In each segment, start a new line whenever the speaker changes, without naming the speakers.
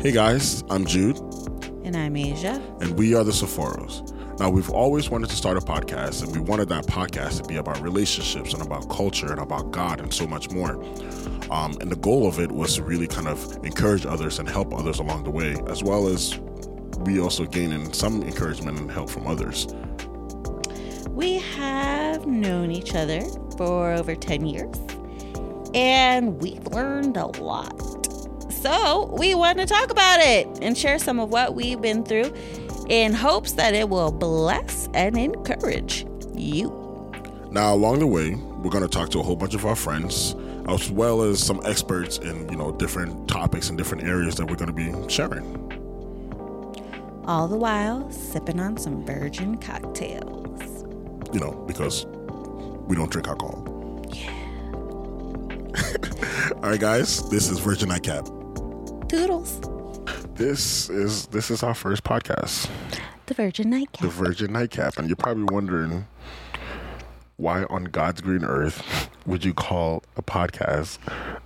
Hey guys, I'm Jude,
And I'm Asia.
and we are the Sephoros. Now, we've always wanted to start a podcast, and we wanted that podcast to be about relationships and about culture and about God and so much more. Um, and the goal of it was to really kind of encourage others and help others along the way, as well as we also gaining some encouragement and help from others.
We have known each other for over 10 years and we've learned a lot. So, we want to talk about it and share some of what we've been through in hopes that it will bless and encourage you.
Now, along the way, we're going to talk to a whole bunch of our friends, as well as some experts in you know different topics and different areas that we're going to be sharing.
All the while sipping on some virgin cocktails.
you know, because we don't drink alcohol. All right, guys, this is Virgin ICAP.
Toodles.
This is this is our first podcast,
The Virgin Nightcap.
the Virgin Nightcap, and you're probably wondering why on God's green earth would you call a podcast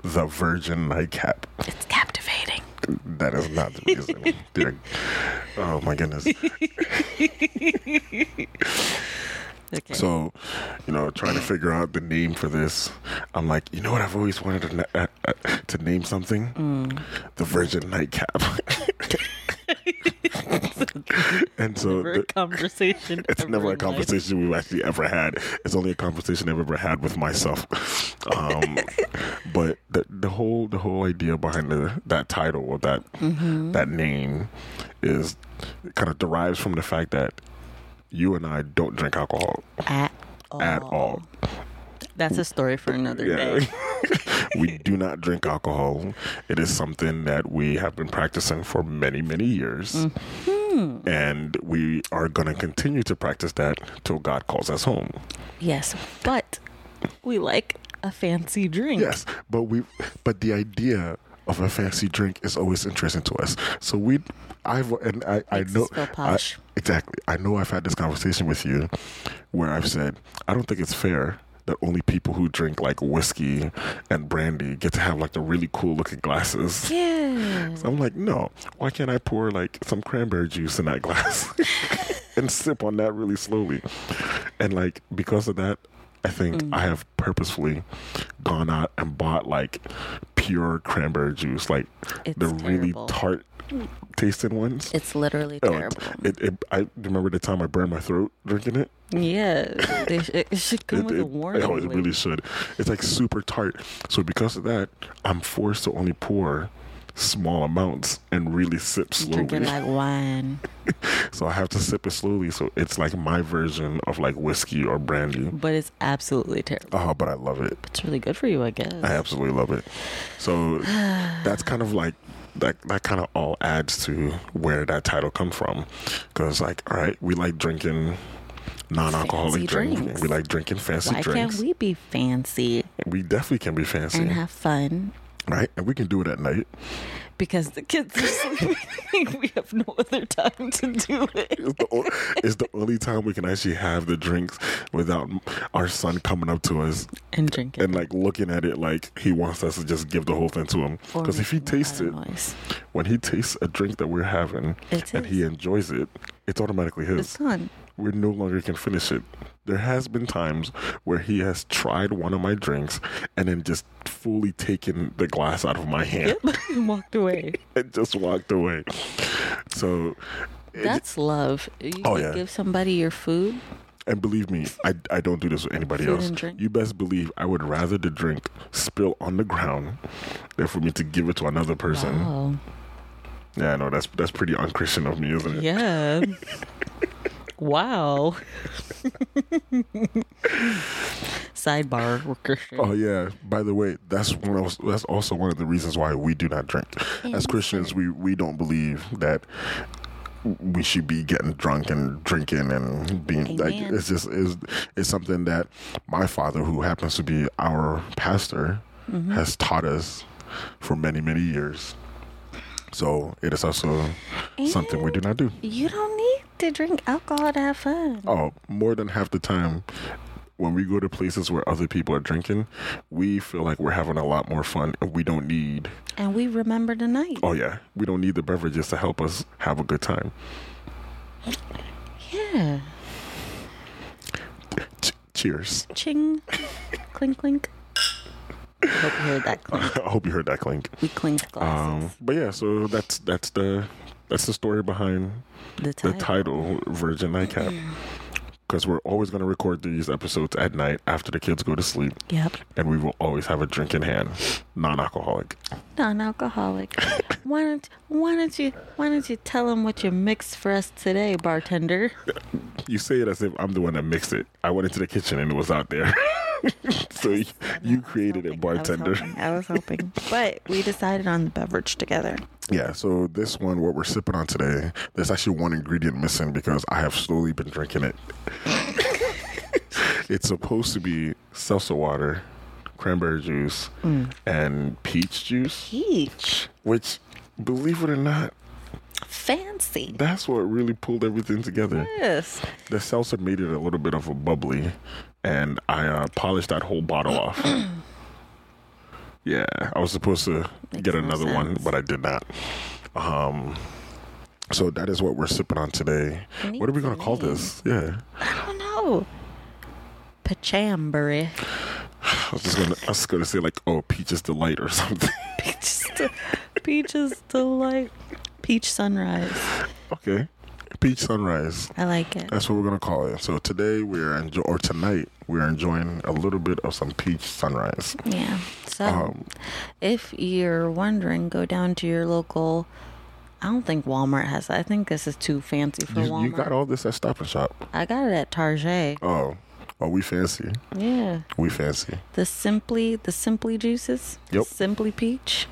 the Virgin Nightcap?
it's captivating.
That is not the reason. Dear- oh my goodness.
Okay.
So, you know, trying to figure out the name for this, I'm like, you know what? I've always wanted to, na- uh, uh, to name something,
Mm.
the Virgin Nightcap. and so
Never a
th-
conversation.
it's
ever
never a
in life.
conversation we've actually ever had. It's only a conversation I've ever had with myself. Um, but the the whole the whole idea behind the, that title or that
Mm-hmm.
that name is kind of derives from the fact that you and I don't drink alcohol
At all.
at all.
That's a story for another
Yeah.
day.
we do not drink alcohol. It is something that we have been practicing for many, many years. And we are going to continue to practice that till God calls us home.
Yes, but we like a fancy drink.
Yes, but we but the idea of a fancy drink is always interesting to us. So we I've and I I
Makes
know
us feel posh.
I- exactly. I know I've had this conversation with you where I've said I don't think it's fair that only people who drink like whiskey and brandy get to have like the really cool looking glasses.
Yeah.
So I'm like, no, why can't I pour like some cranberry juice in that glass and sip on that really slowly? And like, because of that, I think
Mm.
I have purposefully gone out and bought like pure cranberry juice, like
It's
the really
terrible.
tart tasting ones.
It's literally
Oh, it-
terrible.
it, it, I remember the time I burned my throat drinking it.
yeah. They sh- it should come
It-
with
it-
a warning.
Oh, it
label.
really should. It's like super tart. So because of that, I'm forced to only pour small amounts and really sip slowly.
Drink it like wine.
So I have to sip it slowly. So it's like my version of like whiskey or brandy.
But it's absolutely terrible.
Oh, but I love it.
It's really good for you, I guess.
I absolutely love it. So that's kind of like that. That kind of all adds to where that title come from, because like, all right, we like drinking non-alcoholic
Fancy
drinks.
drinks.
We like drinking fancy
Why
drinks.
can't we Mm-hmm. be fancy
we? definitely can be fancy,
and have fun?
right? And we can do it at night.
Because the kids are sleeping. we have no other time to do it.
It's the, o- it's the only time we can actually have the drinks without our son coming up to us
And drink it.
and like looking at it like he wants us to just give the whole thing to him.
Or
Because if he
making a lot of
tastes it,
noise.
when he tastes a drink that we're having
It's
and
his.
he enjoys it, it's automatically his.
It's fun.
we no longer can finish it. There has been times where he has tried one of my drinks and then just fully taken the glass out of my hand
Walked away.
and just walked away. So, it-
That's love. You
Oh,
could
yeah.
give somebody your food.
and believe me, I, I don't do this with anybody
Food
else.
and drink.
You best believe I would rather the drink spill on the ground than for me to give it to another person.
Oh,
Yeah, I know that's that's pretty unchristian of me, isn't it?
yeah. wow. Sidebar, we're Christian.
Oh yeah. By the way, that's one of, that's also one of the reasons why we do not drink. As Christians, we we don't believe that we should be getting drunk and drinking and being like
Amen.
it's just is it's something that my father, who happens to be our pastor, has taught us for many many years. So it is also something we do not do.
You don't need to drink alcohol to have fun.
Oh, more than half the time, when we go to places where other people are drinking, we feel like we're having a lot more fun and we don't need,
And we remember the night.
oh yeah, we don't need the beverages to help us have a good time.
Yeah.
Ch- cheers.
Ching. clink, clink. Hope you heard that clink.
I hope you heard that clink.
We clinked glasses.
Um, but yeah, so that's that's the that's the story behind
the
the
time.
title Virgin Nightcap. Because we're always going to record these episodes at night after the kids go to sleep,
yep.
and we will always have a drink in hand, non-alcoholic.
Non-alcoholic. why don't Why don't you Why don't you tell them what you mixed for us today, bartender?
You say it as if I'm the one that mixed it. I went into the kitchen and it was out there. so you, you created it, bartender.
I was hoping, but we decided on the beverage together.
Yeah, so this one, what we're sipping on today, there's actually one ingredient missing because I have slowly been drinking it. it's supposed to be seltzer water, cranberry juice, and peach juice,
Peach,
which, believe it or not,
fancy.
that's what really pulled everything together.
Yes.
The seltzer made it a little bit of a bubbly, and I uh, polished that whole bottle off. yeah, I was supposed to
Makes
get
no
another one,
sense.
but I did not. Um, so that is what we're sipping on today.
It
What are we
needs a
gonna call
name.
this? Yeah,
I don't know. Pachamberry.
I was just gonna, I was gonna say like, oh, peaches delight or something.
Peach's, de- peach's delight. Peach sunrise.
okay, peach sunrise.
I like it.
That's what we're gonna call it. So today we're enjoy, or tonight we're enjoying a little bit of some peach sunrise.
Yeah. So,
Um,
if you're wondering, go down to your local. I don't think Walmart has that. I think this is too fancy for
You,
Walmart.
you got all this at Stop and Shop.
I got it at Target.
Oh, oh, we fancy.
Yeah.
We fancy.
The simply the simply juices.
Yep.
Simply peach.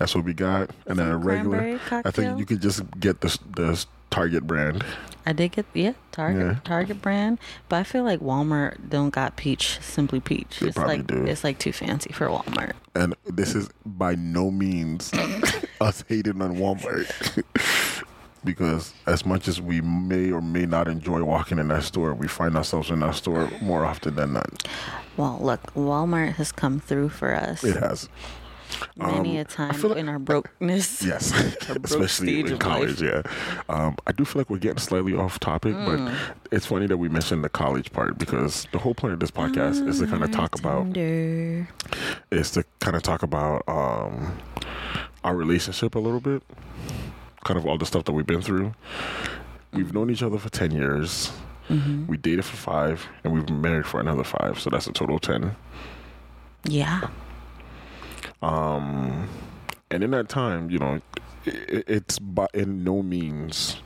That's what we got. And then
Some
a regular.
cranberry
I
cocktail?
think you could just get the the Target brand.
I did get yeah Target
Yeah.
Target brand, but I feel like Walmart don't got peach simply peach.
They
it's
probably
like
do.
it's like too fancy for Walmart.
And this is by no means us hating on Walmart. because as much as we may or may not enjoy walking in that store, we find ourselves in that store more often than not.
Well, look, Walmart has come through for us
It has.
many a time
um, feel like-
in our brokenness.
Yes, especially in
stage of life.
college. Yeah, um, I do feel like we're getting slightly off topic,
Mm.
but it's funny that we mentioned the college part because the whole point of this podcast is
Ah,
to kind of talk about
Bartender.
is to kind of talk about um, our relationship a little bit, kind of all the stuff that we've been through. We've known each other for ten years.
Mm-hmm.
We dated for five, and we've been married for another five, so that's a total of ten.
Yeah.
Um, and in that time, you know, it, it's by in no means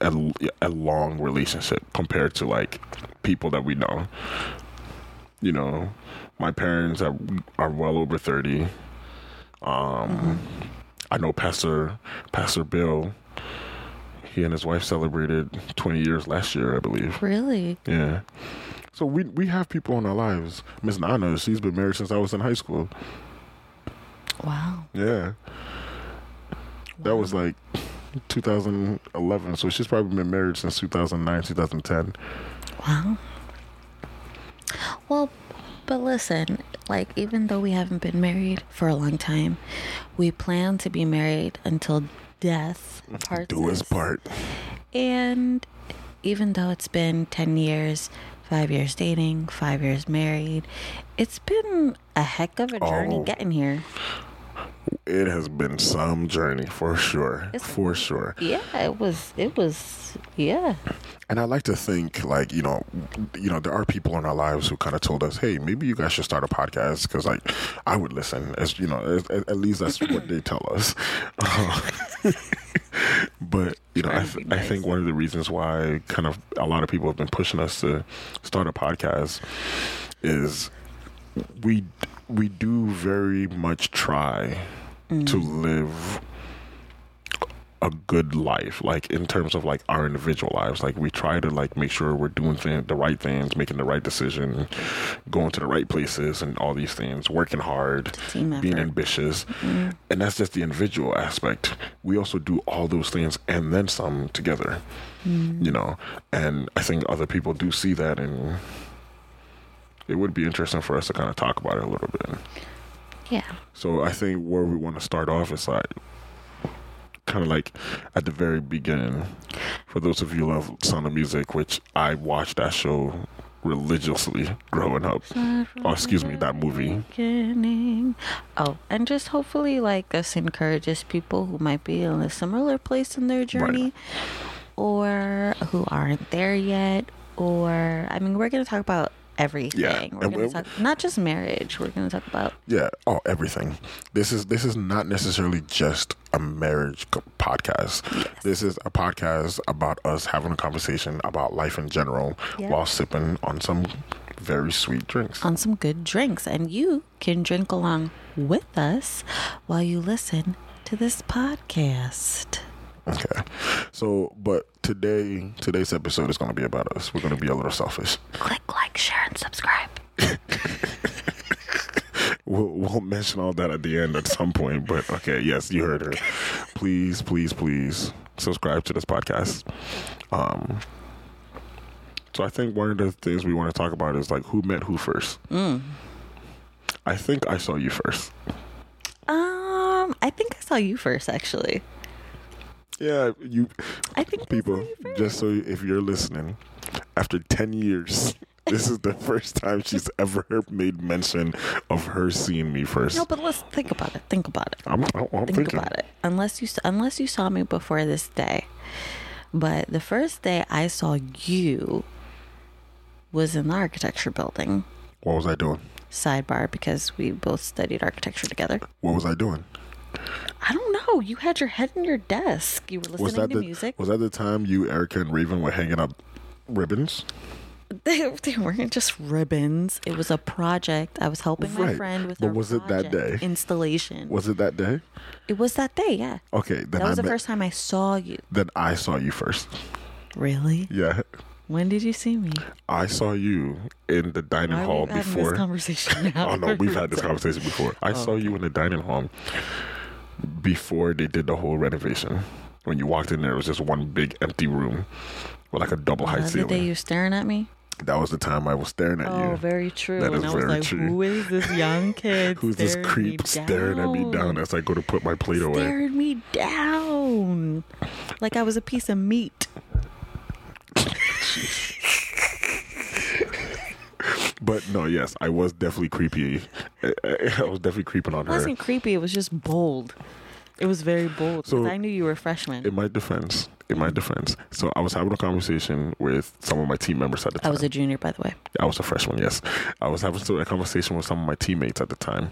a, a long relationship compared to like people that we know. You know, my parents are are well over thirty. Um, I know Pastor Pastor Bill. He and his wife celebrated twenty years last year, I believe.
Really?
Yeah. So we we have people in our lives. Miss Nana, she's been married since I was in high school.
Wow.
Yeah. That was like 2011. So she's probably been married since 2009, 2010.
Wow. Well, but listen, like, even though we haven't been married for a long time, we plan to be married until death parts
Do his
us.
part.
And even though it's been 10 years, five years dating, five years married, it's been a heck of a journey
Oh.
getting here.
It has been some journey for sure.
It's-
for sure.
Yeah, it was, it was, yeah.
And I like to think like, you know, you know, there are people in our lives who kind of told us, "Hey, maybe you guys should start a podcast cuz like I would listen." As you know, as, at at least that's what they tell us. but you know, I,
Trying to be
th- I think one of the reasons why kind of a lot of people have been pushing us to start a podcast is we we do very much try to
Mm.
live a good life like in terms of like our individual lives like we try to like make sure we're doing thing, the right things making the right decision going to the right places and all these things working hard
team effort.
being ambitious and that's just the individual aspect we also do all those things and then some together you know and i think other people do see that and it would be interesting for us to kind of talk about it a little bit.
Yeah.
So I think where we want to start off is like kind of like at the very beginning. For those of you who love Sound of Music, which I watched that show religiously growing up. Oh, excuse me, that movie.
Beginning. Oh, and just hopefully, like, this encourages people who might be in a similar place in their journey or who aren't there yet. Or, I mean, we're going to talk about everything. We're
and
going
we-
to talk, not just marriage, we're going to talk about
Yeah. Oh, everything. This is this is not necessarily just a marriage co- podcast. This is a podcast about us having a conversation about life in general
Yeah. Uh.
while sipping on some very sweet drinks.
on some good drinks. And you can drink along with us while you listen to this podcast.
Okay. So, but today today's episode is going to be about us. We're going to be a little selfish.
Click like, share, and subscribe.
We'll, we'll mention all that at the end at some point. But okay, yes, you heard her. Please, please, please subscribe to this podcast. Um, so I think one of the things we want to talk about is like who met who first.
Mm.
I think I saw you first.
Um, I think I saw you first, actually.
Yeah, you
I think
people. Just so if you're listening, after ten years. This is the first time she's ever made mention of her seeing me first.
No, but let's think about it. Think about it.
I'm, I'm, I'm
Think
thinking.
about it. Unless you s- unless you saw me before this day, but the first day I saw you was in the architecture building.
What was I doing?
Sidebar, because we both studied architecture together.
What was I doing?
I don't know. You had your head in your desk. You were listening
was that
to
the
music.
was that the time you Erica and Raven were hanging up ribbons?
They, they weren't just ribbons. It was a project. I was helping my
Right.
friend with
But
her
was it that day?
project installation.
Was it that day?
it was that day. Yeah.
Okay, then
That was
I
the
met-
first time I saw you.
then I saw you first.
Really?
Yeah,
When did you see me?
I saw you in the dining
Why are we
hall
having this
before.
conversation now?
oh no, we've had this conversation before. I saw you in the dining hall before they did the whole renovation. When you walked in there, it was just one big empty room with like a double height
The other day
ceiling.
you were staring at me.
That was the time I was staring at
Oh,
you.
very true.
That is
and I was
very
like,
true.
who is this young kid?
Who's this
staring me
creep staring at me down as I go to put my plate away?
Staring me down, like I was a piece of meat.
But no, yes, I was definitely creepy. I, I- I was definitely creeping on
It
her.
wasn't creepy. It was just bold. It was very bold. 'cause
So-
I knew you were a freshman.
In my defense, in my defense, so I was having a conversation with some of my team members at the
I
time.
was a junior, by the way.
I was a freshman, yes. I was having a conversation with some of my teammates at the time,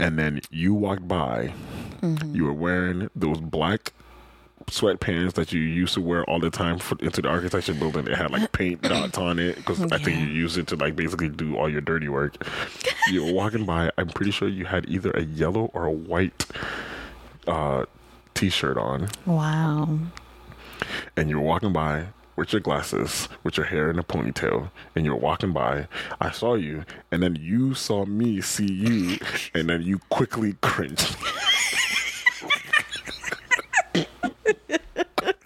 and then you walked by.
Mm-hmm.
You were wearing those black sweatpants that you used to wear all the time for, into the architecture building. It had like paint dots on it because I think you used it to like basically do all your dirty work. you were walking by. I'm pretty sure you had either a yellow or a white uh, t-shirt on,
Wow.
and you were walking by. With your glasses, with your hair in a ponytail, and you were walking by, I saw you, and then you saw me see you, and then you quickly cringed.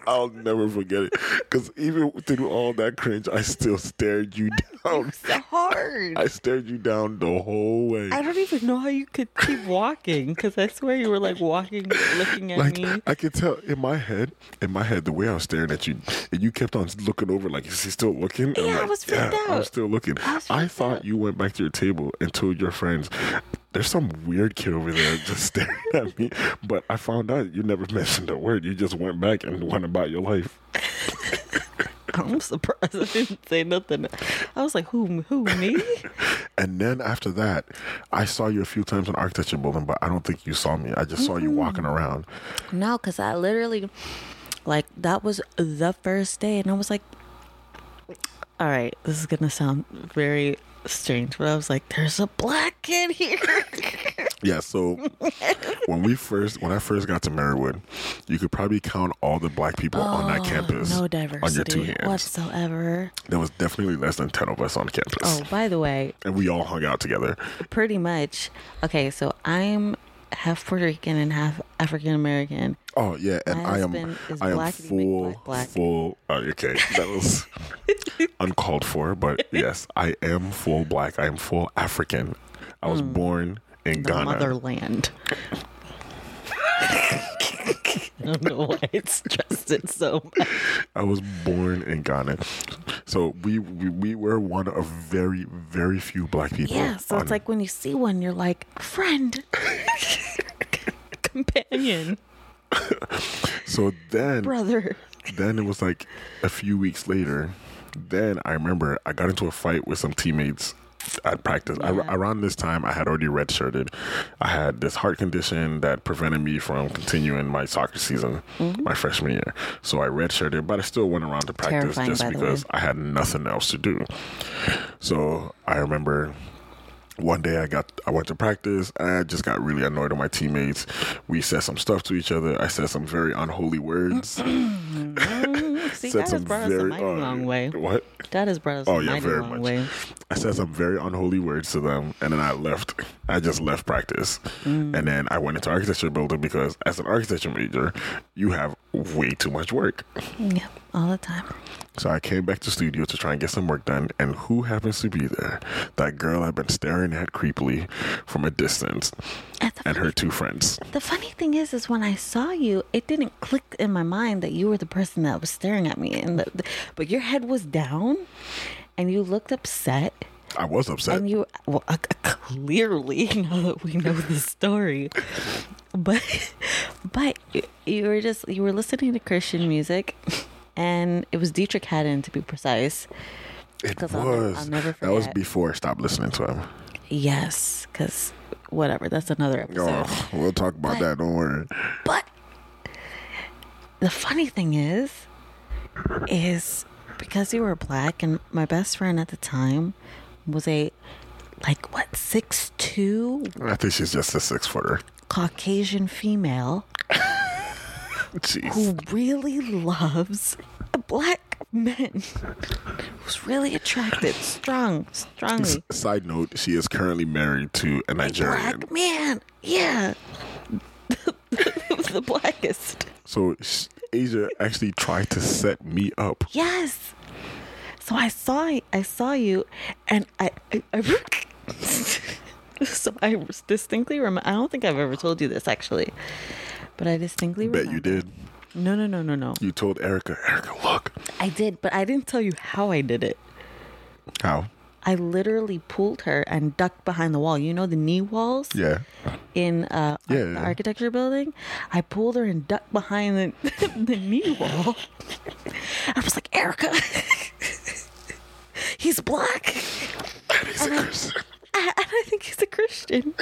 I'll never forget it. Because even through all that cringe, I still stared you down.
So hard.
I stared you down the whole way.
I don't even know how you could keep walking because I swear you were like walking, looking at
Like
me.
I could tell in my head, in my head, the way I was staring at you, and you kept on looking over, like is he still looking? I'm
Yeah, I
like,
was freaked
"Yeah, I'm
out.
still looking.
I
I,
was freaked
thought
out.
you went back to your table and told your friends, "There's some weird kid over there just staring at me." But I found out you never mentioned a word. You just went back and went about your life.
I'm surprised I didn't say nothing. I was like, who, who, me?
And then after that, I saw you a few times in architecture building, but I don't think you saw me. I just saw you walking around.
no, because I literally, like, that was the first day, and I was like, all right, this is gonna sound very strange, but I was like, there's a black kid here.
Yeah, so when we first when I first got to Marywood, you could probably count all the black people on that campus
Oh, no
on your two
diversity
hands.
whatsoever.
There was definitely less than 10 of us on campus.
Oh, by the way,
And we all hung out together.
pretty much. Okay, so I'm half Puerto Rican and half African American.
Oh yeah, and
My
I am
husband is
I am
black and he make
full
black black.
full. Oh, okay, that was uncalled for, but yes, I am full black. I am full African. I was born in
Hmm. the
Ghana.
motherland. I don't know why it's stressed it so much.
I was born in Ghana, so we, we we were one of very very few black people.
Yeah, so
on-
it's like when you see one, you're like, friend, companion,
so then
brother.
then it was like a few weeks later. Then I remember I got into a fight with some teammates at practice. I,
Yeah.
around this time, I had already redshirted. I had this heart condition that prevented me from continuing my soccer season,
Mm-hmm.
my freshman year. So I redshirted, but I still went around to practice
Terrifying,
just
by the way.
because I had nothing else to do. So I remember one day I got I went to practice and I just got really annoyed with my teammates. We said some stuff to each other. I said some very unholy words.
See,
said
God has
some
brought us a
very
mighty
uh,
long way.
What?
God has brought us
Oh
a
yeah,
mighty
very
long
much.
way.
I said some very unholy words to them, and then I left. I just left practice,
Mm.
and then I went into architecture building because as an architecture major, you have way too much work.
Yeah, all the time.
So I came back to studio to try and get some work done, and who happens to be there? That girl I've been staring at creepily from a distance,
And the,
and her two friends.
the funny thing is, is when I saw you, it didn't click in my mind that you were the person that was staring at me, and the, the, but your head was down, and you looked upset,
I was upset.
and you well, uh, clearly now that we know the story, but but you- you were just you were listening to Christian music, and it was Dietrich Haddon to be precise.
It
'Cause
was.
I'll never- I'll never
that was
forget.
before I stopped listening to him.
Yes, because whatever, that's another episode.
Oh, we'll talk about that. Don't worry.
But the funny thing is, is because you were black, and my best friend at the time was a like what six two
I think she's just a six footer.
Caucasian female
Jeez.
who really loves black men. Was really attracted, strong, strongly.
Side note, she is currently married to a Nigerian.
Black man, yeah, the blackest.
So sh- Asia actually tried to set me up.
Yes. So I saw I saw you, and I I, I so I distinctly remember. I don't think I've ever told you this actually, but I distinctly
Bet
remember.
you did.
No, no, no, no, no.
You told Erica, Erica, look.
I did, but I didn't tell you how I did it.
How?
I literally pulled her and ducked behind the wall. You know the knee walls
Yeah.
in uh,
Yeah,
the
yeah.
architecture building. I pulled her and ducked behind the, the knee wall. I was like, Erica, he's black.
And he's a Christian.
I, and I think he's a Christian.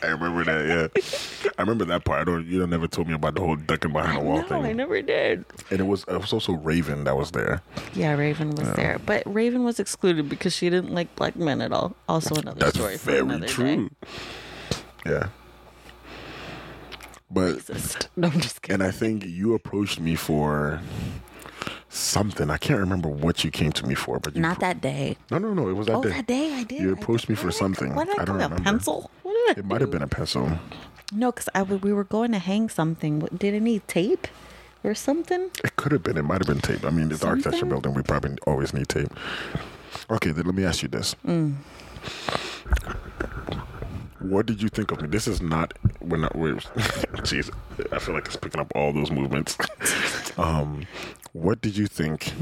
I remember that. Yeah, I remember that part. I don't. You never told me about the whole ducking behind the wall
no,
thing.
I never did.
And it was it was also Raven that was there.
Yeah, Raven was there, but Raven was excluded because she didn't like black men at all. Also, another
That's
story. for
very
another
true.
Day.
Yeah. But
Racist. No, I'm just kidding.
and I think you approached me for something. I can't remember what you came to me for, but you
Not that day.
No, no, no. It was that
Oh,
day.
that day I did.
You
I
approached me
did.
for
What did
something.
What did I,
I don't
come, a
remember.
pencil? What did I
It might have been a pencil.
No, because I would, we were going to hang something. What- Didn't he tape or something?
It could have been. It might have been tape. I mean, it's the architecture
Something?
building. We probably always need tape. Okay, then let me ask you this. What did you think of me? This is not. We're not. We're, jeez, I feel like it's picking up all those movements. um, what did you think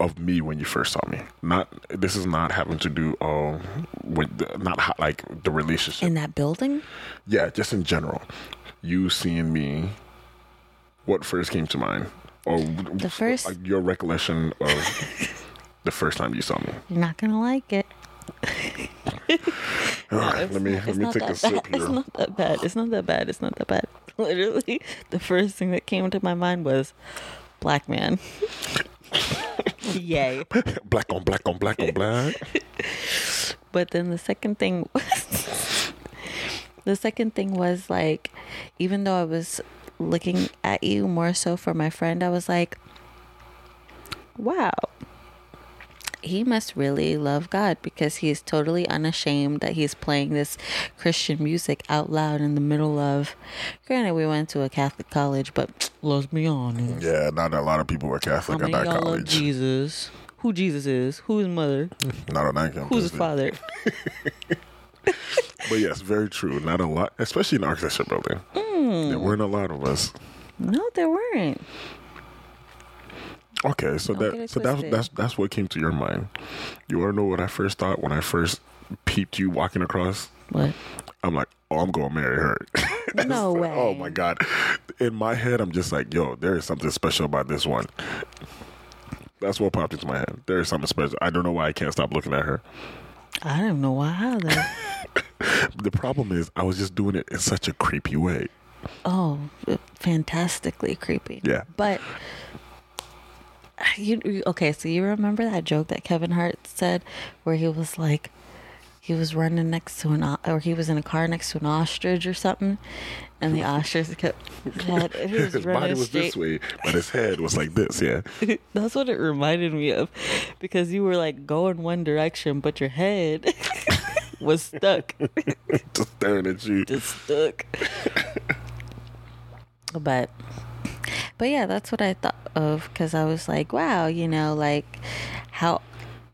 of me when you first saw me? Not. This is not having to do um with the, not ho- like the relationship.
In that building?
Yeah, just in general. You seeing me, what first came to mind? Or the
first-
your recollection of the first time you saw me.
You're not gonna like it.
Ugh, let me let
It's
me
not
take a
that
sip
bad. It's
here.
not that bad. It's not that bad. It's not that bad. Literally, the first thing that came to my mind was black man. Yay.
black on black on black on black.
But then the second thing was the second thing was like even though I was looking at you more so for my friend, I was like, Wow. he must really love God because he is totally unashamed that he's playing this Christian music out loud in the middle of. Granted, we went to a Catholic college, but let's be honest.
Yeah, not a lot of people were
How
Catholic at
many
that
of y'all love
college.
Jesus? Who Jesus is? Who his mother?
Not on that campus.
Who's his father?
But yes, very true. Not a lot, especially in the architecture building.
Mm.
There weren't a lot of us.
No, there weren't.
Okay, so
get
that
it
so that's
twisted.
that's that's what came to your mind. You want to know what I first thought when I first peeped you walking across?
What?
I'm like, oh, I'm gonna marry her. It's
No
like, Oh
way.
my god! In my head, I'm just like, yo, there is something special about this one. That's what popped into my head. There is something special. I don't know why I can't stop looking at her.
I don't know why either.
The problem is, I was just doing it in such a creepy way.
oh, fantastically creepy.
Yeah.
But you you- okay? So you remember that joke that Kevin Hart said, where he was like, he was running next to an o- or he was in a car next to an ostrich or something, and the ostrich kept. God, he was
His
running
body was
straight.
this way, but his head was like this. Yeah.
That's what it reminded me of, because you were like going one direction, but your head was stuck.
just staring at you.
just stuck. but but yeah, that's what I thought of because I was like, wow, you know, like how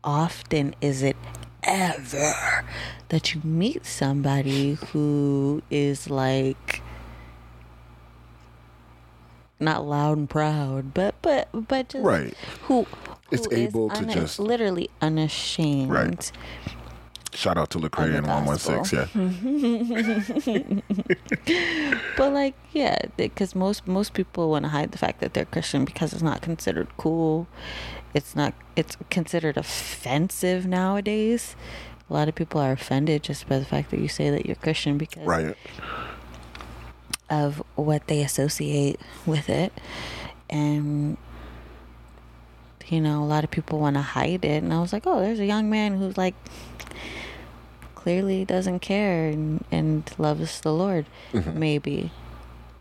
often is it ever that you meet somebody who is like not loud and proud, but but but just
Right.
who
It's
who is
able to just-
literally unashamed.
Right. Shout out to Lecrae
Other
and one one six. Yeah.
But like, yeah, because most most people want to hide the fact that they're Christian because it's not considered cool. It's not. It's considered offensive nowadays. A lot of people are offended just by the fact that you say that you're Christian because
Right.
of what they associate with it, and you know, a lot of people want to hide it. And I was like, oh, there's a young man who's like clearly doesn't care and, and loves the Lord,
Mm-hmm.
maybe.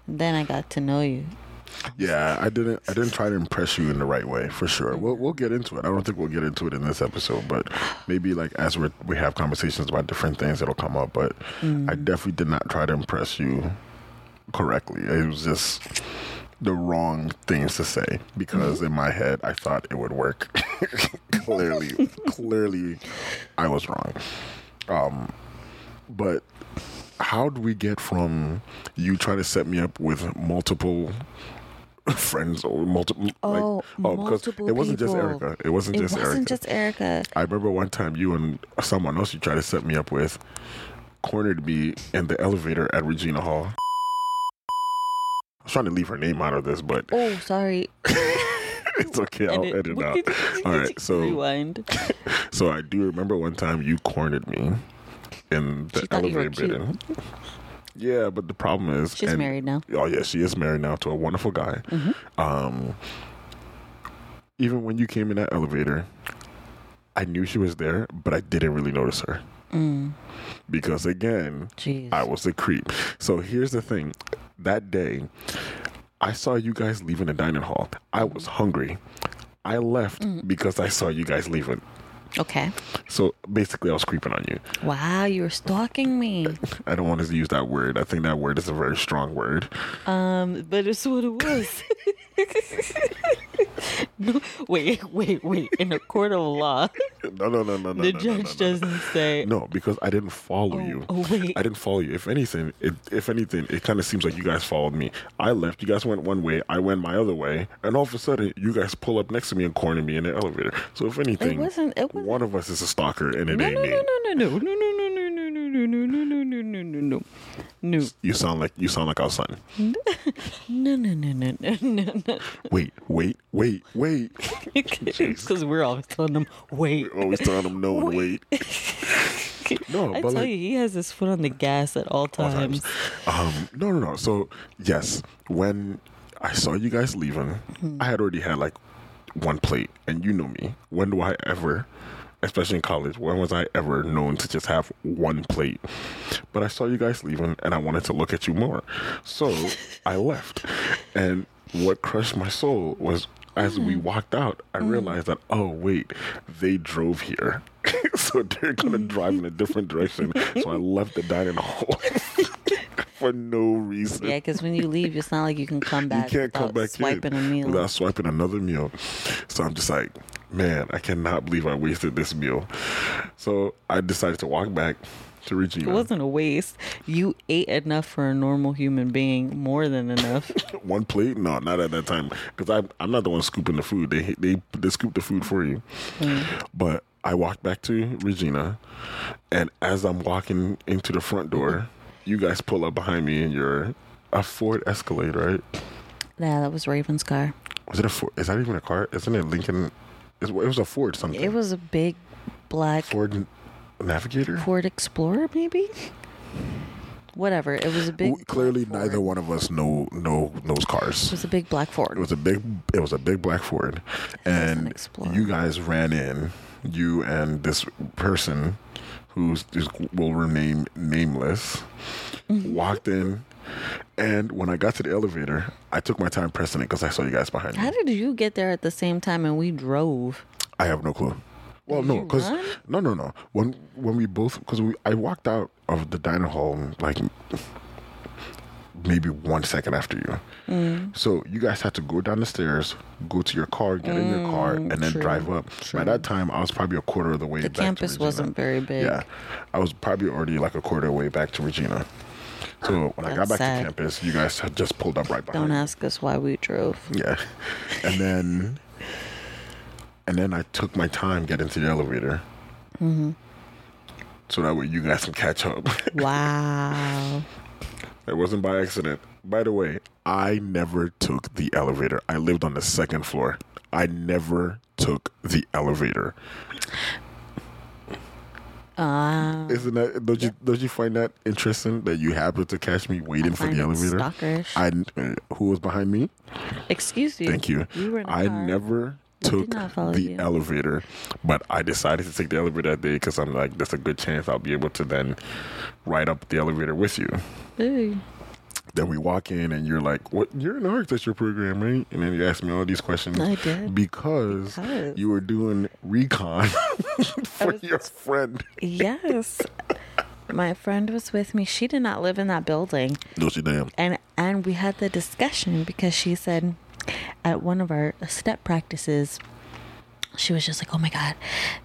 Then I got to know you.
Yeah. I didn't. I didn't try to impress you in the right way for sure. We'll we'll get into it. I don't think we'll get into it in this episode, but maybe like as we we have conversations about different things, it'll come up. But I definitely did not try to impress you correctly. It was just the wrong things to say because
Mm-hmm.
in my head I thought it would work. clearly, clearly, I was wrong. Um, but how do we get from you trying to set me up with multiple friends or multiple
Oh, multiple
it wasn't just
people.
Erica. It wasn't
It
just
wasn't
Erica.
just Erica.
I remember one time you and someone else you tried to set me up with cornered me in the elevator at Regina Hall. I was trying to leave her name out of this, but
Oh, sorry.
it's okay. I'll
Edit.
edit it out. All right, so
rewind.
so I do remember one time you cornered me in the
She thought you were
elevator. building. Yeah, but the problem is
She's
and-
married now.
Oh yeah, she is married now to a wonderful guy.
Mm-hmm.
Um, even when you came in that elevator, I knew she was there, but I didn't really notice her because again,
Mm, Jeez.
I was a creep. So here's the thing: that day, I saw you guys leaving the dining hall. I was hungry. I left because I saw you guys leaving.
okay.
So basically, I was creeping on you.
Wow, you were stalking me.
I don't want to use that word. I think that word is a very strong word.
Um, but it's what it was. no, wait, wait, wait. In a court of law,
No, no, no, no, no.
the
no, no, no,
judge
no, no.
doesn't say.
No, because I didn't follow
Oh,
you.
oh, wait.
I didn't follow you. If anything, it, if anything, it kind of seems like you guys followed me. I left. You guys went one way. I went my other way, and all of a sudden, you guys pull up next to me and corner me in the elevator. So if anything,
wasn't- it wasn't-
one of us is a stalker, and it
No,
ain't
no,
me.
no, no, no, no, no, no, no, no, no, no, no, no, no, no, no, no, no. No,
You sound like you sound like our son.
no, no, no, no, no, no, no.
Wait, wait, wait, wait.
Because we're always telling them, wait.
Always telling them no and wait. No,
I
but
tell
like-
you, he has his foot on the gas at all times.
Um, no, no, no. So yes, when I saw you guys leaving, I had already had like one plate, and you know me. When do I ever, especially in college, when was I ever known to just have one plate? But I saw you guys leaving, and I wanted to look at you more, so I left. And what crushed my soul was. as we walked out, I realized that, oh, wait, they drove here. so they're going to drive in a different direction. So I left the dining hall for no reason.
Yeah, because when you leave, it's not like you can come
you
back.
can't come
without
back
swiping
in
a meal.
without swiping another meal. So I'm just like, man, I cannot believe I wasted this meal. So I decided to walk back to
It
Regina.
wasn't a waste. You ate enough for a normal human being, more than enough.
One plate? No, not at that time. Because I'm I'm not the one scooping the food. They they they scoop the food for you. But I walked back to Regina, and as I'm walking into the front door, you guys pull up behind me in your a Ford Escalade, right?
yeah, that was Raven's car.
Was it a Ford? Is that even a car? Isn't it Lincoln? It was a Ford something.
It was a big black
Ford Navigator.
Ford Explorer, maybe. Whatever. It was a big.
W- Clearly,
black
neither
Ford.
one of us know know knows
It
cars.
was a big black Ford.
It was a big it was a big black Ford, and
Explorer.
you guys ran in. You and this person, who's who's- will remain nameless,
Mm-hmm.
walked in. And when I got to the elevator, I took my time pressing it because I saw you guys behind me.
How did you get there at the same time and we drove?
I have no clue. Well, no,
you
because
run?
no, no, no. When when we both because we I walked out of the dining hall like maybe one second after you.
Mm.
So you guys had to go down the stairs, go to your car, get in your car, and then
Mm, true,
drive up.
true.
By that time, I was probably a quarter of the way.
The
back to
campus
Regina.
wasn't very big.
Yeah, I was probably already like a quarter of the way back to Regina. So when I got
That's
back
sad.
to campus, you guys had just pulled up right behind.
Don't
me.
ask us why we drove.
Yeah. And then and then I took my time getting to the elevator.
Mm-hmm.
So that way you guys can catch up.
Wow.
it wasn't by accident. By the way, I never took the elevator. I lived on the second floor. I never took the elevator.
Ah.
Isn't that don't you don't you find that interesting that you happened to catch me waiting for
find
the
it
elevator?
stalkerish.
I uh, who was behind me?
Excuse you.
Thank you.
You were in the
I
car.
never
did
took
not follow
the
you.
elevator, but I decided to take the elevator that day because I'm like, there's a good chance I'll be able to then ride up the elevator with you.
Ooh.
Then we walk in, and you're like, "What? You're in architecture program, right?" And then you ask me all these questions
I did.
because,
Because.
you were doing recon for
was-
your friend.
Yes. My friend was with me. She did not live in that building.
No, she damn.
And and we had the discussion because she said at one of our step practices she was just like, "Oh my god,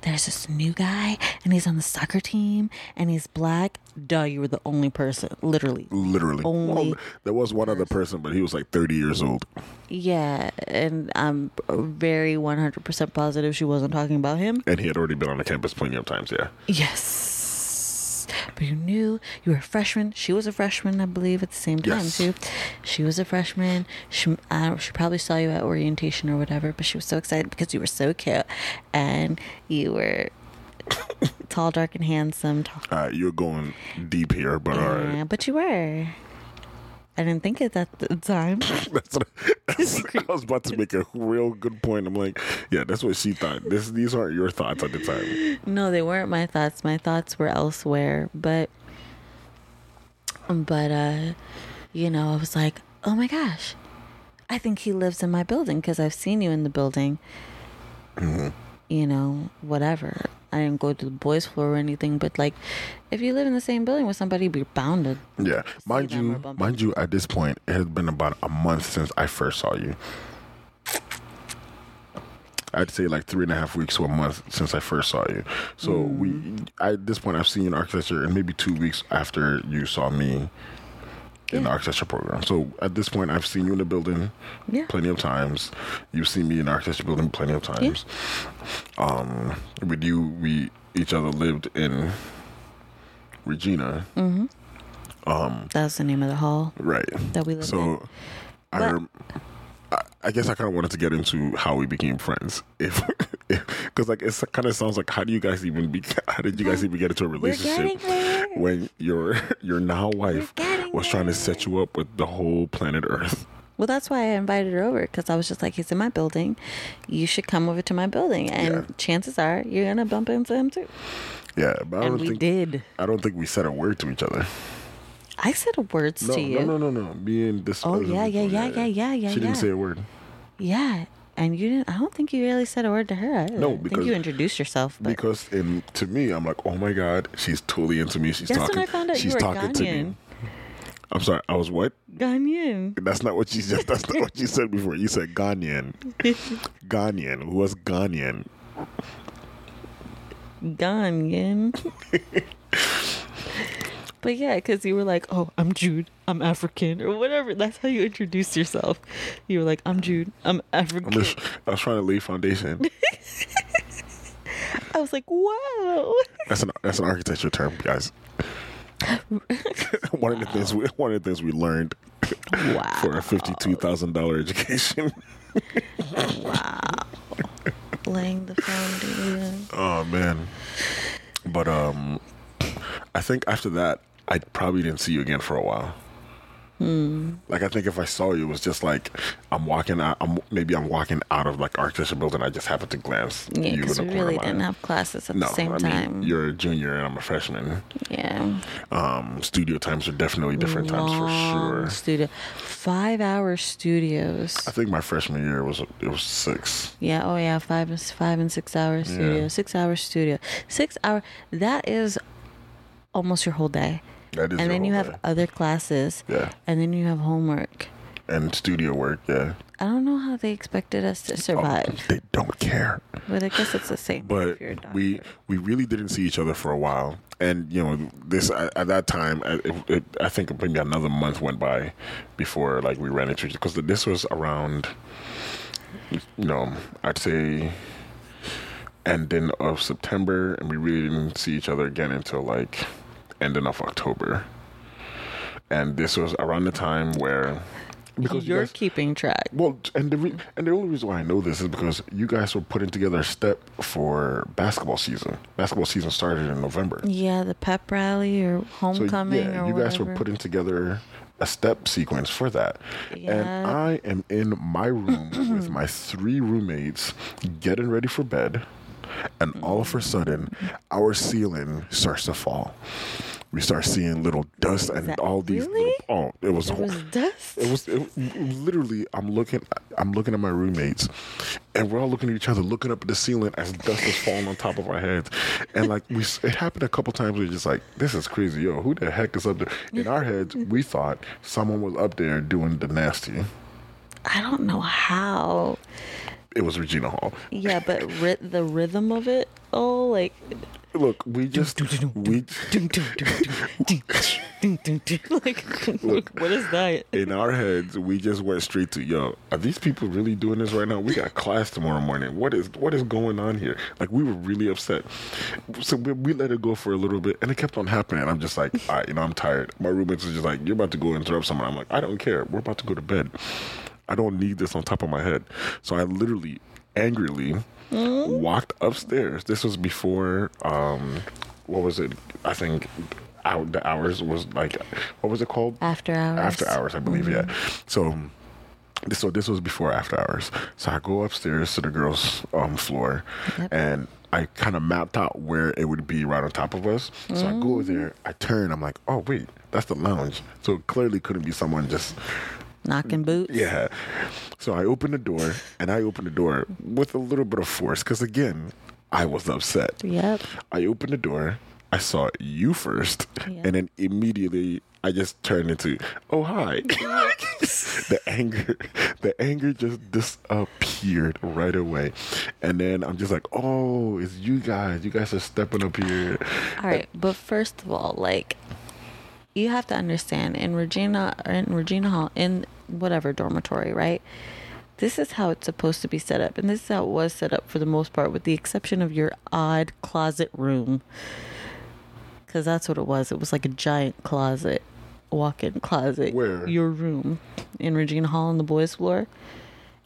there's this new guy and he's on the soccer team and he's black." Duh, you were the only person, literally.
Literally,
Only
Well, there was one other person, but he was like 30 years old.
Yeah, and I'm very 100% positive she wasn't talking about him.
And he had already been on the campus plenty of times, yeah.
Yes. But you knew you were a freshman. She was a freshman, I believe, at the same time
Yes.
too. She was a freshman. She, I don't, she probably saw you at orientation or whatever, but she was so excited because you were so cute and you were tall, dark, and handsome. Tall,
All right, you're going deep here, but all right.
Yeah, but you were. I didn't think it at the time.
That's what I, I was about to make a real good point. I'm like, yeah, that's what she thought. This, these aren't your thoughts at the time.
No, they weren't my thoughts. My thoughts were elsewhere. But, but, uh, you know, I was like, oh my gosh, I think he lives in my building because I've seen you in the building. You know, whatever. I didn't go to the boys' floor or anything, but like, if you live in the same building with somebody, you're bounded.
Yeah, mind
them are
you,
bumping.
mind you, at this point, it has been about a month since I first saw you. I'd say like three and a half weeks to a month since I first saw you. So we, at this point, I've seen you in architecture, and maybe two weeks after you saw me in the architecture program. So at this point, I've seen you in the building
Yeah.
plenty of times. You've seen me in the architecture building plenty of times. Um, with you, we each other lived in Regina,
mm-hmm. That was the name of the hall
right?
that we lived in.
So I,
But-
rem- I, I guess I kind of wanted to get into how we became friends, if because like it's kind of sounds like how do you guys even be? How did you guys even get into a relationship
getting there.
when your your now wife
getting
was trying to set you up with the whole planet Earth?
Well, that's why I invited her over because I was just like, he's in my building. You should come over to my building, and
Yeah.
chances are you're gonna bump into him too.
Yeah, but I
And
don't
we
think
did.
I don't think we said a word to each other.
I said words
No,
to you.
no, no, no, no. Me and this.
Oh,
other
yeah, yeah,
individual,
yeah, yeah, yeah, yeah,
She didn't
yeah.
say a word.
Yeah, And you didn't. I don't think you really said a word to her. Either.
No,
I
because-
think you introduced yourself. But
Because in, to me, I'm like, oh my god, she's totally into me. She's
That's when
talking.
I found out you
she's
were
talking to me.
Ghanaian.
I'm sorry. I was what?
Ganyan.
That's not what you just. That's not what you said before. You said Ghanaian. Ghanaian. Who was Ghanaian?
Ganyan. but yeah, because you were like, "Oh, I'm Jude. I'm African," or whatever. That's how you introduced yourself. You were like, "I'm Jude. I'm
I'm
African."
just. I was trying to lay foundation.
I was like, "Wow."
That's an that's an architecture term, guys. one of the things we one of the things we learned
Wow.
for a fifty two thousand dollar education.
Laying the foundation.
oh man. But um, I think after that, I probably didn't see you again for a while.
Hmm,
Like I think if I saw you, it was just like I'm walking out. I'm maybe I'm walking out of like architecture building. I just happened to glance. at
Yeah,
you in
because
the
we
corner
really
of my-
didn't have classes at
No,
the same
I mean,
time.
you're a junior and I'm a freshman.
yeah.
Um, studio times are definitely different
Long
times for sure.
Studio, five hour studios.
I think my freshman year was it was six.
Yeah. Oh yeah. Five and five and six hour studio.
Yeah.
Six hour studio. Six hour. That is almost your whole day.
That is.
and
your
then you
whole
have
day.
other classes.
yeah,
And then you have homework.
and studio work. Yeah,
I don't know how they expected us to
Oh,
survive,
they don't care.
but I guess it's the same.
But
if you're a doctor.
we we really didn't see each other for a while, and you know this at, at that time. I, it, it, I think maybe another month went by before like we ran into because this was around. You know, I'd say ending of September, and we really didn't see each other again until like ending of October. And this was around the time where because you
you're
guys-
keeping track.
well, and the re- and the only reason why I know this is because you guys were putting together a step for basketball season. Basketball season started in November.
Yeah, the pep rally or homecoming
yeah,
or
you guys were
whatever.
putting together a step sequence for that. And
Yeah.
I am in my room with my three roommates getting ready for bed, and all of a sudden, our ceiling starts to fall. We start seeing little dust and
that-
all these.
really?
Little, oh, it was
It was dust.
it was it, literally. I'm looking. I'm looking at my roommates, and we're all looking at each other, looking up at the ceiling as dust is falling on top of our heads. And like we, s- it happened a couple times. We are just like, this is crazy, yo. Who the heck is up there? In our heads, we thought someone was up there doing the nasty.
I don't know how.
It was Regina Hall.
Yeah, but ri- the rhythm of it all, like,
Look, we just we
like what is that?
in our heads we just went straight to yo. Are these people really doing this right now? We got class tomorrow morning. What is what is going on here? Like we were really upset. So we, we let it go for a little bit, and it kept on happening. I'm just like, all right, you know, I'm tired. My roommates are just like, you're about to go interrupt someone. I'm like, I don't care. We're about to go to bed. I don't need this on top of my head. So I literally angrily walked upstairs. This was before um what was it? I think out the hours was like what was it called?
After hours.
After hours, I believe. Yeah. So, this, so this was before after hours. So I go upstairs to the girls' um, floor,
Yep.
and I kind of mapped out where it would be right on top of us. So I go there, I turn, I'm like, oh wait, that's the lounge. So it clearly couldn't be someone just
Knocking boots.
yeah. So I opened the door, and I opened the door with a little bit of force, because again, I was upset.
Yep.
I opened the door. I saw you first,
Yeah.
and then immediately I just turned into, "Oh hi!" the anger, the anger just disappeared right away, and then I'm just like, "Oh, it's you guys! You guys are stepping up here."
All right, but first of all, like you have to understand in Regina or in Regina Hall in whatever dormitory, right? This is how it's supposed to be set up, and this is how it was set up for the most part, with the exception of your odd closet room, because that's what it was. It was like a giant closet, walk-in closet.
Where?
your room in Regina Hall on the boys' floor,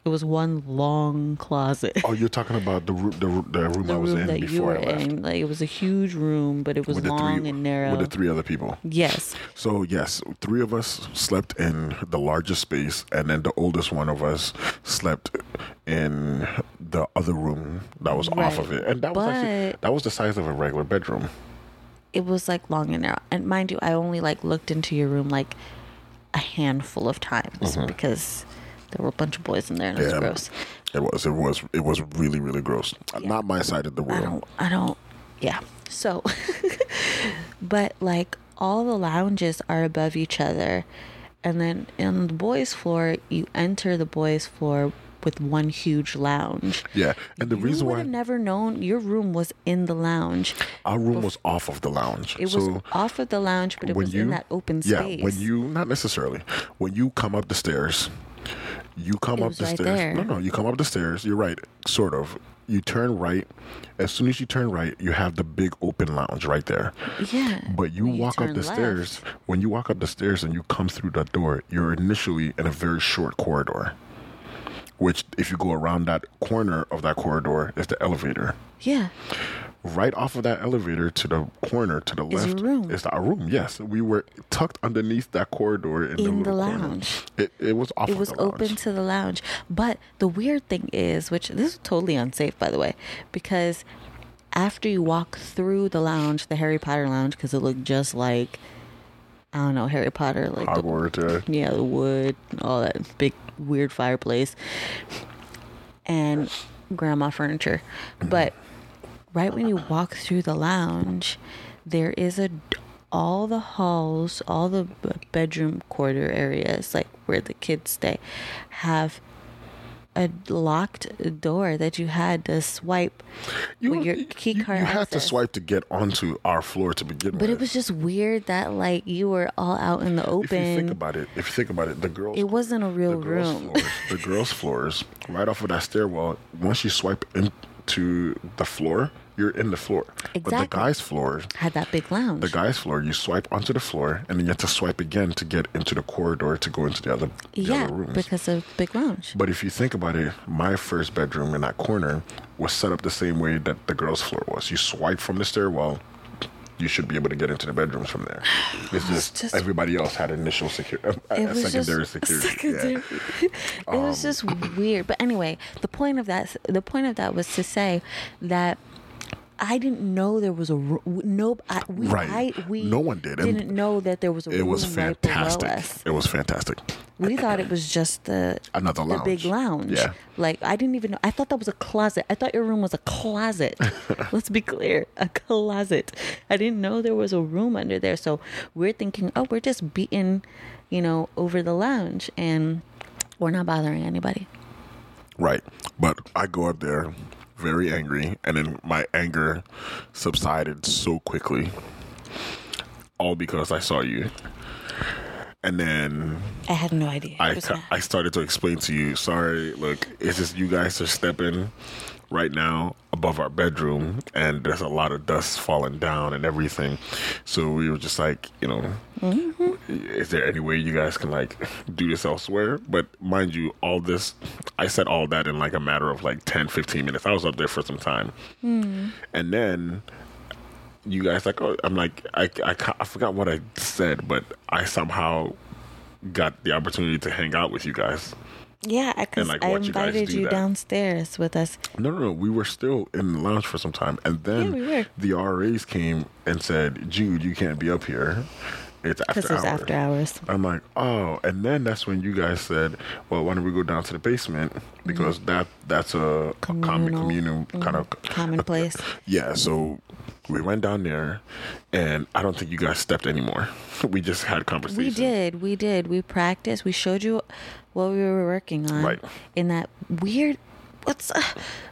it was one long closet.
Oh, you're talking about the room, the, ro- the room I
the
was
room
in
that
before
you were
I left
in, like it was a huge room, but it was long and narrow.
with the three other people.
Yes.
So yes, three of us slept in the largest space, and then the oldest one of us slept in the other room that was off of
Right.
it, and that was actually
But-
that was the size of a regular bedroom.
It was like long and narrow. And mind you, I only like looked into your room like a handful of times because there were a bunch of boys in there and it was
Mm-hmm. Yeah.
gross.
It was. It was. It was really, really gross. Not my side of the
I
wheel.
don't, I don't, yeah. So, but like all the lounges are above each other. And then on the boys' floor, you enter the boys' floor with one huge lounge.
Yeah, and the reason
you would
why
have never known your room was in the lounge.
our room was off of the lounge.
It was
so
off of the lounge, but it
when
was
you
in that open
yeah,
space.
when you not necessarily when you come up the stairs, you come
It
up
was
the
right
stairs.
there.
No, no, you come up the stairs. You're right, sort of. You turn right. As soon as you turn right, you have the big open lounge right there.
yeah.
But you
when
walk up
turn
the
left,
stairs. When you walk up the stairs and you come through that door, you're initially in a very short corridor. Which, if you go around that corner of that corridor, is the elevator.
Yeah.
Right off of that elevator to the corner to the
Is your
left
room.
is our room. Yes, we were tucked underneath that corridor in,
In
the,
the
little corner.
lounge.
It, it was off.
It
of
was
the lounge.
open to the lounge. But the weird thing is, which this is totally unsafe, by the way, because after you walk through the lounge, the Harry Potter lounge, because it looked just like, I don't know, Harry Potter, like the
Hogwarts. yeah.
yeah, the wood, all that big weird fireplace, and grandma furniture.
Mm-hmm.
But right when you walk through the lounge, there is a all the halls, all the b- bedroom quarter areas, like where the kids stay, have a locked door that you had to swipe
You,
with your
you-
key
you-
card
you had to
access.
swipe to get onto our floor to begin with.
But it was just weird that like you were all out in the
If you think
open.
about it, if you think about it, the girls.
It wasn't a real
the girls'
room.
Floors, the girls' floors, right off of that stairwell, once you swipe into the floor, you're in the floor. But the
Exactly.
guys' floor,
Had that big lounge.
the guys' floor, you swipe onto the floor, and then you have to swipe again to get into the corridor to go into the other, the
yeah,
other rooms.
because of Big Lounge.
but if you think about it, my first bedroom in that corner was set up the same way that the girls' floor was. You swipe from the stairwell, you should be able to get into the bedrooms from there. It's just,
just-
everybody else had initial security, uh,
It
uh,
was
secondary
just
security. Yeah. Um,
secondary. it was just weird. But anyway, the point of that the point of that was to say that I didn't know there was a ro- no. I, we,
Right.
I, we
No one did. And
Didn't know that there was a
It was
room right below
fantastic.
us.
It was fantastic.
We thought it was just the
Another
the
lounge.
big lounge.
Yeah.
Like I didn't even know. I thought that was a closet. I thought your room was a closet. Let's be clear, a closet. I didn't know there was a room under there. So we're thinking, oh, we're just beating, you know, over the lounge, and we're not bothering anybody.
Right. But I go up there very angry, and then my anger subsided so quickly. All because I saw you. And then
I had no idea.
I,
It was
ca-
not-
I started to explain to you, sorry, look, it's just you guys are stepping right now above our bedroom, and there's a lot of dust falling down and everything. So we were just like, you know, is there any way you guys can like do this elsewhere? But mind you, all this, I said all that in like a matter of like 10, 15 minutes. I was up there for some time. And then you guys like, oh, I'm like, I, I, ca- I forgot what I said, but I somehow got the opportunity to hang out with you guys.
yeah, because
like,
I
what you guys
invited
do
you
that.
downstairs with us.
No, no, no. We were still in the lounge for some time, and then
Yeah, we were.
the RAs came and said, "Jude, you can't be up here. It's after
Because it was
hours."
after hours.
I'm like, oh, and then that's when you guys said, well, why don't we go down to the basement because that that's a, a common
Mm-hmm. Communal. Mm-hmm.
communal kind of
Commonplace.
yeah. So we went down there, and I don't think you guys stepped anymore. we just had conversation.
We did. We did. We practiced. We showed you what we were working on
Right.
in that weird. What's uh,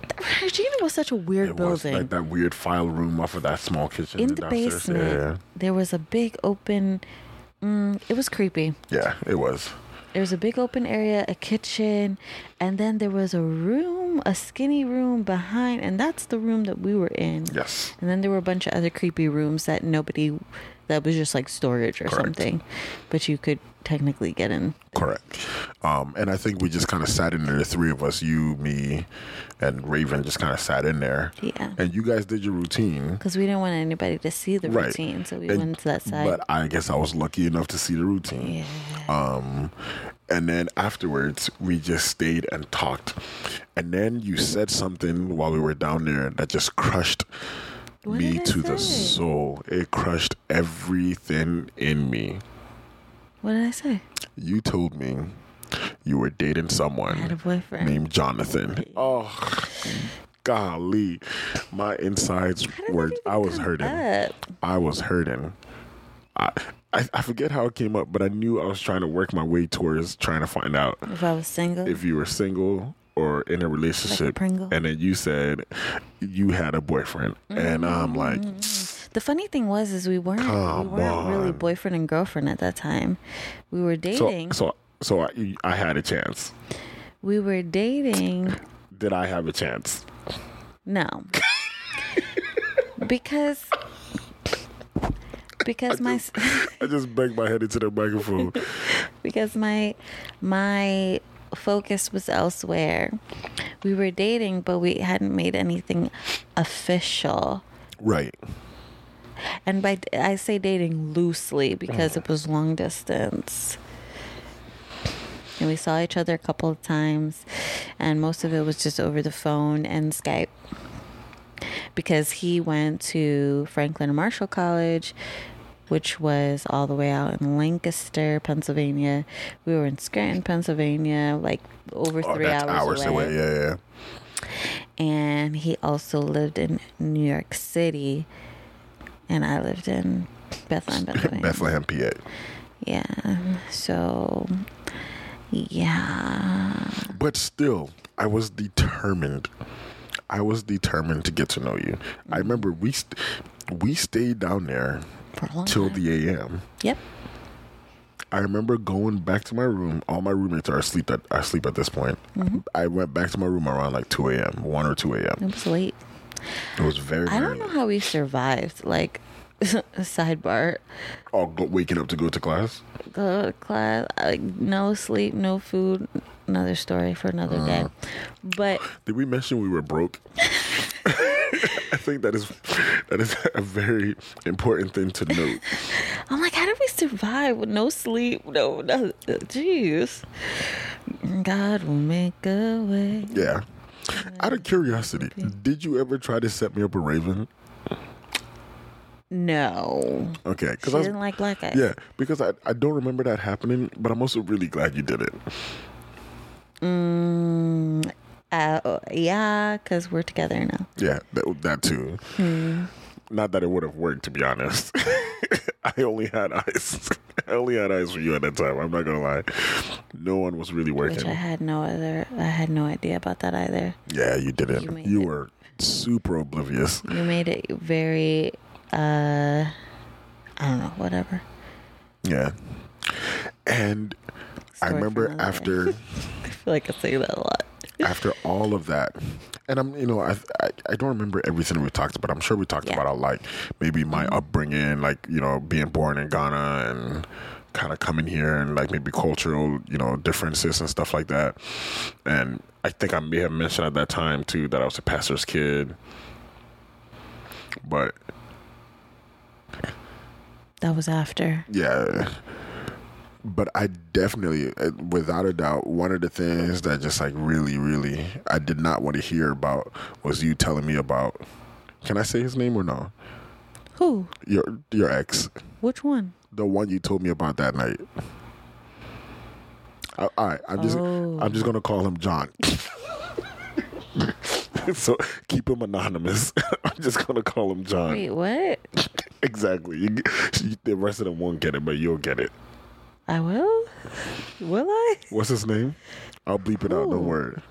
that Regina was such a weird
It was
building.
like that weird file room off of that small kitchen
in the
downstairs.
basement, there was a big open. Mm, it was creepy.
Yeah, yeah, it was.
There was a big open area, a kitchen, and then there was a room, a skinny room behind, and that's the room that we were in.
Yes.
And then there were a bunch of other creepy rooms that nobody, that was just like storage or
Correct.
something, but you could technically get in.
Correct. Um, and I think we just kind of sat in there, the three of us, you, me, and Raven, just kind of sat in there.
Yeah.
And you guys did your routine.
because we didn't want anybody to see the
Right.
routine, so we
And-
went to that side.
But I guess I was lucky enough to see the routine.
yeah,
Um, and then afterwards, we just stayed and talked. And then you said something while we were down there that just crushed
What
me
did I
to the
say?
soul. It crushed everything in me.
what did I say?
You told me you were dating
I had a
someone
boyfriend.
named Jonathan. Oh, golly, my insides
How did
were.
that even
I was
come
hurting.
up?
I was hurting. I, I I forget how it came up, but I knew I was trying to work my way towards trying to find out
If I was single,
if you were single or in a relationship.
Pringle.
and then you said you had a boyfriend, and I'm like,
the funny thing was, is we weren't we
Come
weren't really
on.
boyfriend and girlfriend at that time. We were
so
dating.
so so I I had a chance.
we were dating.
Did I have a chance?
No, because because my
I just banged my head into the microphone.
because my my focus was elsewhere. We were dating, but we hadn't made anything official.
right.
And by I say dating loosely because it was long distance. And we saw each other a couple of times, and most of it was just over the phone and Skype. Because he went to Franklin and Marshall College, which was all the way out in Lancaster, Pennsylvania. We were in Scranton, Pennsylvania, like over
Oh,
three
that's
hours, away
Yeah, yeah.
and he also lived in New York City, and I lived in Bethlehem, Pennsylvania.
Bethlehem, PA.
Yeah. So, yeah.
But still, I was determined. I was determined to get to know you. I remember we st- we stayed down there
For a long
till
time.
the AM.
Yep.
I remember going back to my room. All my roommates are asleep at are asleep at this point. I went back to my room around like two a.m., one or two a.m.
Mm-hmm. It was late.
It was very.
I
very
don't know how we survived. Like, sidebar,
Oh, go, waking up to go to class.
go to class, like no sleep, no food. Another story for another day. But
Did we mention we were broke? I think that is that is a very important thing to note.
I'm like, how did we survive with no sleep? No, no, jeez. God will make a way.
Yeah. Out of curiosity, did you ever try to set me up with Raven?
No,
Okay,
she
because I was,
didn't like black guys.
yeah, because I, I don't remember that happening, but I'm also really glad you did it.
Mm, uh, yeah, because we're together now.
Yeah, that, that too.
Hmm.
Not that it would have worked, to be honest. I only had eyes. I only had eyes for you at that time. I'm not gonna lie. No one was really
Which
working.
I had no other. I had no idea about that either.
yeah, you
You
didn't.
made
You,
it.
were super oblivious.
You made it very. uh I don't know. Whatever.
Yeah, and I
Story for
remember
another
after.
day. I feel like I say that a lot.
after all of that, and I'm, you know, I, I I don't remember everything we talked about. I'm sure we talked
Yeah.
about our like maybe my upbringing, like you know, being born in Ghana and kind of coming here and like maybe cultural, you know, differences and stuff like that. And I think I may have mentioned at that time too that I was a pastor's kid, but
That was after.
yeah but i definitely uh, without a doubt one of the things that just like really really i did not want to hear about was you telling me about can i say his name or no
Who?
your your ex
Which one?
the one you told me about that night I, all right i'm just
Oh.
i'm just gonna call him john so keep him anonymous i'm just gonna call him john
Wait, what?
exactly you, you, the rest of them won't get it but you'll get it
I will. Will I?
What's his name? I'll bleep it out.
Who?
Don't worry.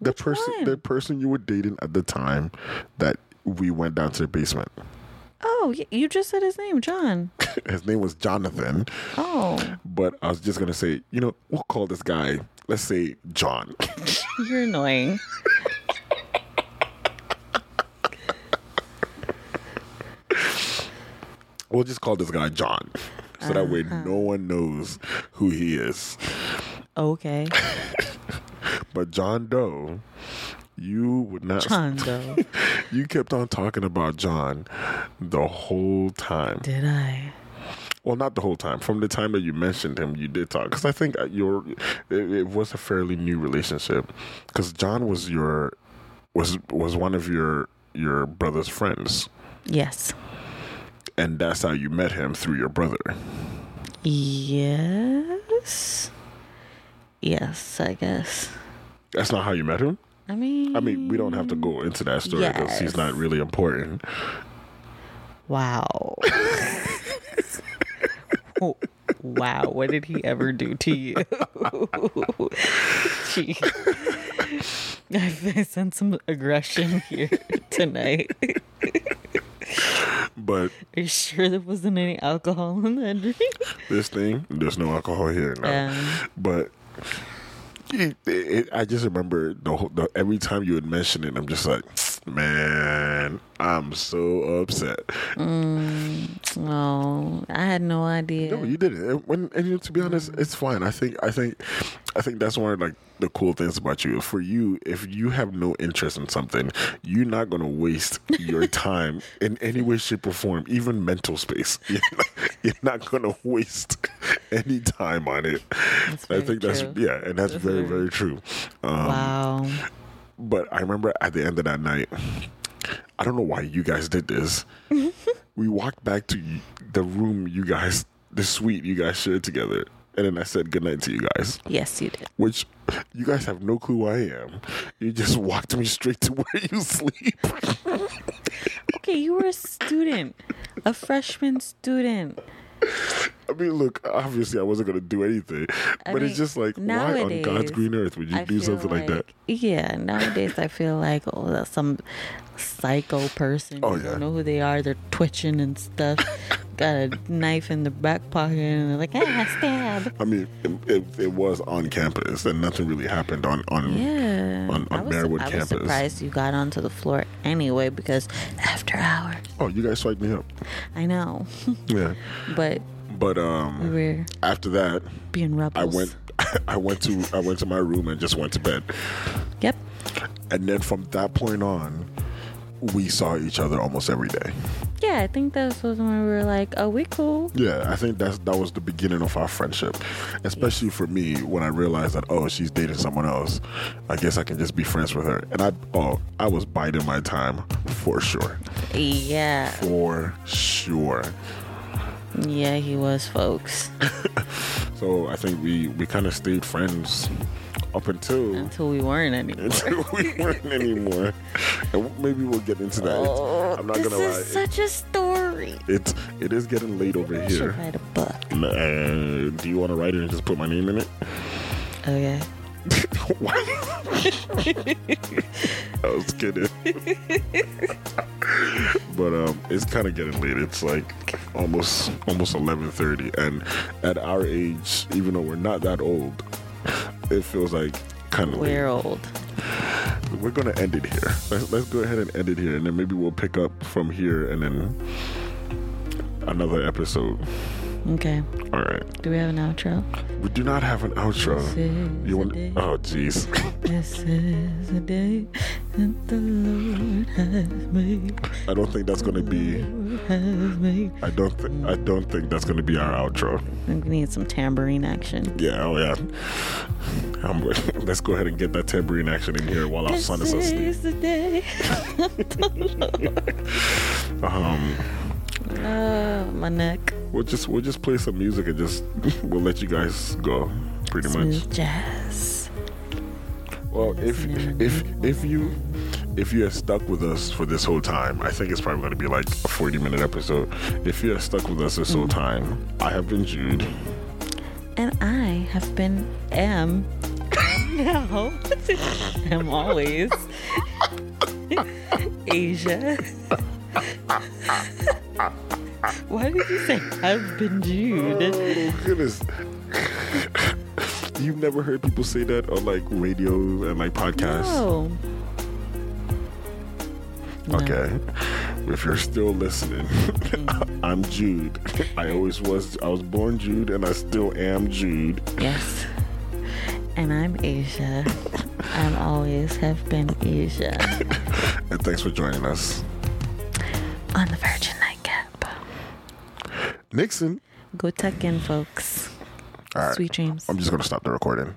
The
Which
person,
one?
the person you were dating at the time that we went down to the basement.
Oh, y- you just said his name, John.
His name was Jonathan,
Oh,
but I was just gonna say, you know, we'll call this guy. Let's say John.
you're annoying.
we'll just call this guy John, so that way
Uh-huh.
no one knows who he is.
Okay,
But John Doe, you would not.
John though.
You kept on talking about John the whole time.
Did I?
Well, not the whole time. From the time that you mentioned him, you did talk because I think your it, it was a fairly new relationship because John was your was was one of your your brother's friends,
Yes.
and that's how you met him through your brother.
Yes. yes, I guess.
That's not how you met him.
I mean,
I mean, we don't have to go into that story because he's
Yes.
not really important.
wow. Oh, wow, what did he ever do to you? Gee. I sense some aggression here tonight.
But
Are you sure there wasn't any alcohol in that drink?
this thing, there's no alcohol here. No.
Um.
But it, it, I just remember the, whole- the every time you would mention it, I'm just like, man, I'm so upset.
No, Mm, I had no idea.
No, you didn't. And, when, and you know, to be honest,
Mm-hmm.
it's fine. I think I think I think that's one of like the cool things about you. For you, if you have no interest in something, you're not gonna waste your time in any way, shape, or form, even mental space. You're not, you're not gonna waste any time on it. I
very
think that's
true.
yeah, and that's very very true. Um,
wow.
but I remember at the end of that night, I don't know why you guys did this. we walked back to y- the room you guys, the suite you guys shared together. And then I said goodnight to you guys,
Yes, you did.
which you guys have no clue who I am. You just walked me straight to where you sleep.
Okay, you were a student, a freshman student.
I mean, look, obviously I wasn't going to do anything,
I
but it's
mean,
just like, why on
nowadays,
God's green earth would you
I
do
feel
something like, that?
Yeah, nowadays I feel like oh, that's some psycho person.
Oh,
you
yeah.
don't know who they are. They're twitching and stuff. Got a knife in the back pocket, and they're like, ah, stab.
I mean, it, it, it was on campus and nothing really happened on, on
Yeah,
On- on
I was,
Merwood
I was
campus.
surprised you got onto the floor anyway because after hours,
oh, you guys swiped me up.
I know,
Yeah.
but
But um,
we were
after that
being rebels.
i went i went to i went to my room and just went to bed
Yep.
and then from that point on we saw each other almost every day
Yeah, I think that was when we were like, oh, we cool.
yeah i think that's that was the beginning of our friendship especially for me when i realized that oh she's dating someone else i guess i can just be friends with her and i oh i was biding my time for sure
Yeah.
for sure
Yeah, he was, folks.
so i think we we kind of stayed friends up until
Until we weren't anymore.
until we weren't anymore. And maybe we'll get into that. It's- I'm not
Oh, this
gonna
is
lie.
such a story.
it's it is getting late over
I should
here.
write a book.
Uh, do you want to write it and just put my name in it?
Okay.
Why? I was kidding. but um, it's kind of getting late. It's like almost almost 11:30, and at our age, even though we're not that old, it feels like kind of late.
We're old.
We're gonna end it here. Let's, let's go ahead and end it here, and then maybe we'll pick up from here and then another episode.
Okay.
All right.
Do we have an outro?
We do not have an outro.
is
You want?
a day.
Oh, jeez.
This is a day that the Lord has made.
I don't think that's gonna be.
Has made.
I don't. Th- I don't think that's gonna be our outro.
I think we need some tambourine action.
Yeah. Oh yeah. I'm, let's go ahead and get that tambourine action in here while our Oh, son is
this
asleep.
is the day.
Um,
Oh, my neck.
we'll just we'll just play some music and just we'll let you guys go. Pretty much.
Smooth jazz.
Well, if if if you if you are stuck with us for this whole time, I think it's probably going to be like a forty-minute episode. If you are stuck with us this
Mm.
whole time, I have been Jude.
And I have been am now. am always Asia. Why did you say I've been Jude?
Oh goodness! You've never heard people say that on like radio and like podcasts.
No. No.
Okay. If you're still listening,
Mm.
I'm Jude. I always was. I was born Jude, and I still am Jude.
Yes. And I'm Asia. I'm always have been Asia
And thanks for joining us,
on the Virgin Nightcap.
Nixon.
Go tuck in, folks.
All right.
Sweet dreams.
I'm just gonna stop the recording.